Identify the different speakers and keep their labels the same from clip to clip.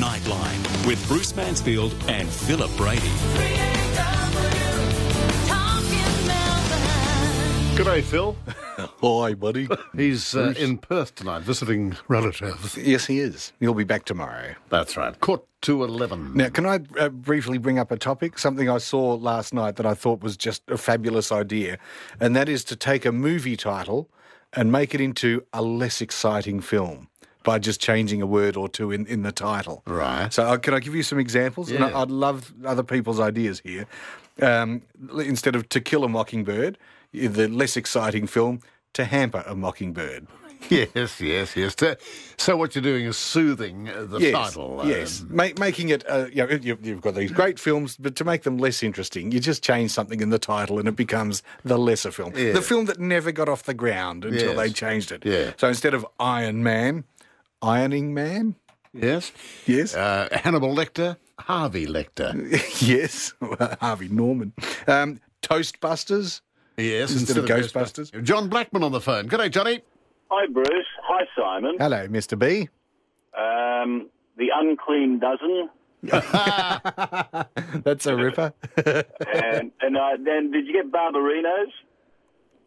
Speaker 1: Bright Line with Bruce Mansfield and Philip Brady.
Speaker 2: G'day, Phil.
Speaker 3: Hi, buddy.
Speaker 2: He's uh, in Perth tonight visiting relatives.
Speaker 3: yes, he is. He'll be back tomorrow.
Speaker 2: That's right. Court to 11.
Speaker 3: Now, can I uh, briefly bring up a topic? Something I saw last night that I thought was just a fabulous idea, and that is to take a movie title and make it into a less exciting film by just changing a word or two in, in the title.
Speaker 2: Right.
Speaker 3: So, uh, can I give you some examples? And
Speaker 2: Yeah.
Speaker 3: I, I'd love other people's ideas here. Um, l- instead of To Kill a Mockingbird, the less exciting film, To Hamper a Mockingbird.
Speaker 2: Yes, yes, yes. So- So what you're doing is soothing uh, the title. um,
Speaker 3: Yes, Ma- making it, uh, you know, you- you've got these great films, but to make them less interesting, you just change something in the title and it becomes the lesser film. The film that never got off the ground until
Speaker 2: Yes.
Speaker 3: they changed it.
Speaker 2: Yeah.
Speaker 3: So instead of Iron Man, Ironing Man?
Speaker 2: Yes.
Speaker 3: Yes.
Speaker 2: Uh, Hannibal Lecter, Harvey Lecter.
Speaker 3: yes. Harvey Norman. Um, Toastbusters?
Speaker 2: Yes.
Speaker 3: Instead of Ghostbusters.
Speaker 2: John Blackman on the phone. G'day, Johnny.
Speaker 4: Hi, Bruce. Hi, Simon.
Speaker 3: Hello, Mr. B.
Speaker 4: Um, the unclean dozen.
Speaker 3: That's a ripper.
Speaker 4: And, and uh, then did you get Barbarino's?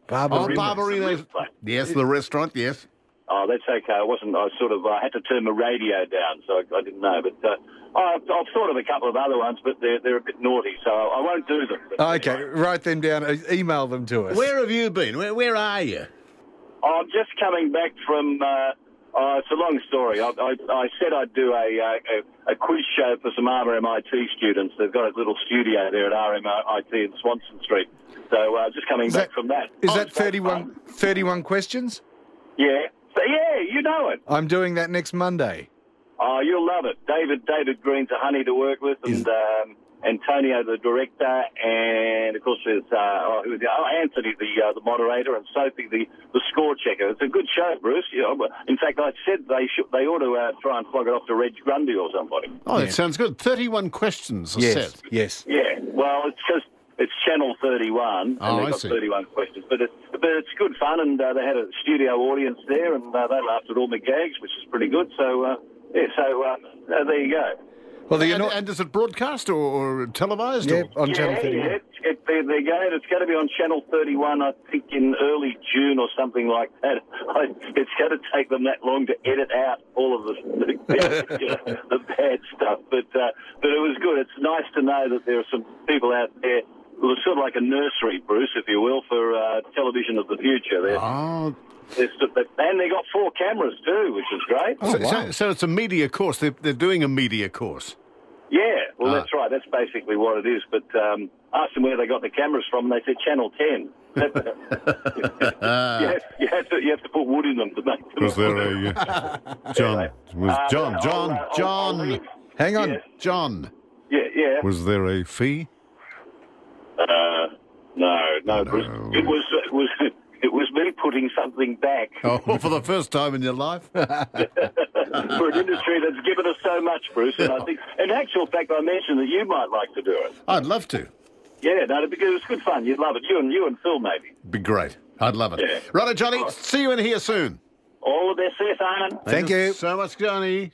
Speaker 2: Oh,
Speaker 3: Barbara.
Speaker 2: Barbarino's. Yes, the restaurant, yes.
Speaker 4: Oh, that's okay. I wasn't. I sort of I had to turn the radio down, so I, I didn't know. But uh, I, I've thought of a couple of other ones, but they're they're a bit naughty, so I won't do them. But
Speaker 3: Okay, write them down. uh, Email them to us.
Speaker 2: Where have you been? Where, where are you?
Speaker 4: I'm just coming back from. Uh, uh, it's a long story. I, I, I said I'd do a, uh, a a quiz show for some RMIT students. They've got a little studio there at RMIT in Swanson Street. So uh, just coming
Speaker 3: that-
Speaker 4: back from that.
Speaker 3: Is
Speaker 4: Oh,
Speaker 3: that
Speaker 4: it's been
Speaker 3: 31,
Speaker 4: fun.
Speaker 3: 31 questions?
Speaker 4: Yeah. So, yeah, you know it.
Speaker 3: I'm doing that next Monday.
Speaker 4: Oh, you'll love it. David David Green's a honey to work with, and um, Antonio the director, and of course there's uh, oh, who's the- oh, Anthony the uh, the moderator, and Sophie the, the score checker. It's a good show, Bruce. You know, in fact, I said they should they ought to uh, try and flog it off to Reg Grundy or somebody.
Speaker 2: Oh, that sounds good. 31 questions a
Speaker 3: Yes,
Speaker 2: set.
Speaker 3: yes.
Speaker 4: Yeah. Well, it's just. It's Channel 31, and
Speaker 2: Oh,
Speaker 4: they've
Speaker 2: I
Speaker 4: got
Speaker 2: see.
Speaker 4: 31 questions. But it's, but it's good fun, and uh, they had a studio audience there, and uh, they laughed at all my gags, which is pretty good. So, uh, yeah, so uh, uh, there you go.
Speaker 3: Well, the
Speaker 2: and,
Speaker 3: anno-
Speaker 2: and is it broadcast or, or televised?
Speaker 3: yeah,
Speaker 2: Or?
Speaker 3: on Channel
Speaker 4: yeah,
Speaker 3: 31.
Speaker 4: Yeah, it's, it, there, there you go. It's going to be on Channel 31, I think, in early June or something like that. I, it's going to take them that long to edit out all of the, the, you know, the bad stuff. But uh, but it was good. It's nice to know that there are some people out there. who are sort of like a nursery, Bruce, if you will, for uh, television of the future. They're,
Speaker 3: Uh-huh.
Speaker 2: Oh,
Speaker 4: they're, sort of- and they got four cameras too, which is great.
Speaker 2: so,
Speaker 3: wow.
Speaker 2: so, so it's a media course. They're, they're doing a media course.
Speaker 4: Yeah, well,
Speaker 2: Ah.
Speaker 4: that's right. That's basically what it is. But um, asked them where they got the cameras from, and they said Channel 10. you, have, you, have to, you have to put wood in them to make them.
Speaker 2: Was there a uh, John? Was
Speaker 4: Uh,
Speaker 2: John?
Speaker 4: I'll,
Speaker 2: John?
Speaker 4: uh, I'll- I'll
Speaker 2: John?
Speaker 4: leave.
Speaker 3: Hang on.
Speaker 4: Yes.
Speaker 2: John?
Speaker 4: Yeah, yeah.
Speaker 2: Was there a fee?
Speaker 4: Uh, no, no,
Speaker 2: No.
Speaker 4: Bruce. It was, it was, it was me putting something back
Speaker 2: Oh, for the first time in your life?
Speaker 4: for an industry that's given us so much, Bruce. And I think, in actual fact, I mentioned that you might like to do it.
Speaker 2: I'd love to.
Speaker 4: Yeah, no, because it's good fun. You'd love it. You and you and Phil, maybe.
Speaker 2: Be great. I'd love it.
Speaker 4: Yeah.
Speaker 2: Righto, Johnny. See you in here soon.
Speaker 4: All the best, there, Simon.
Speaker 3: Thank you.
Speaker 2: so much, Johnny.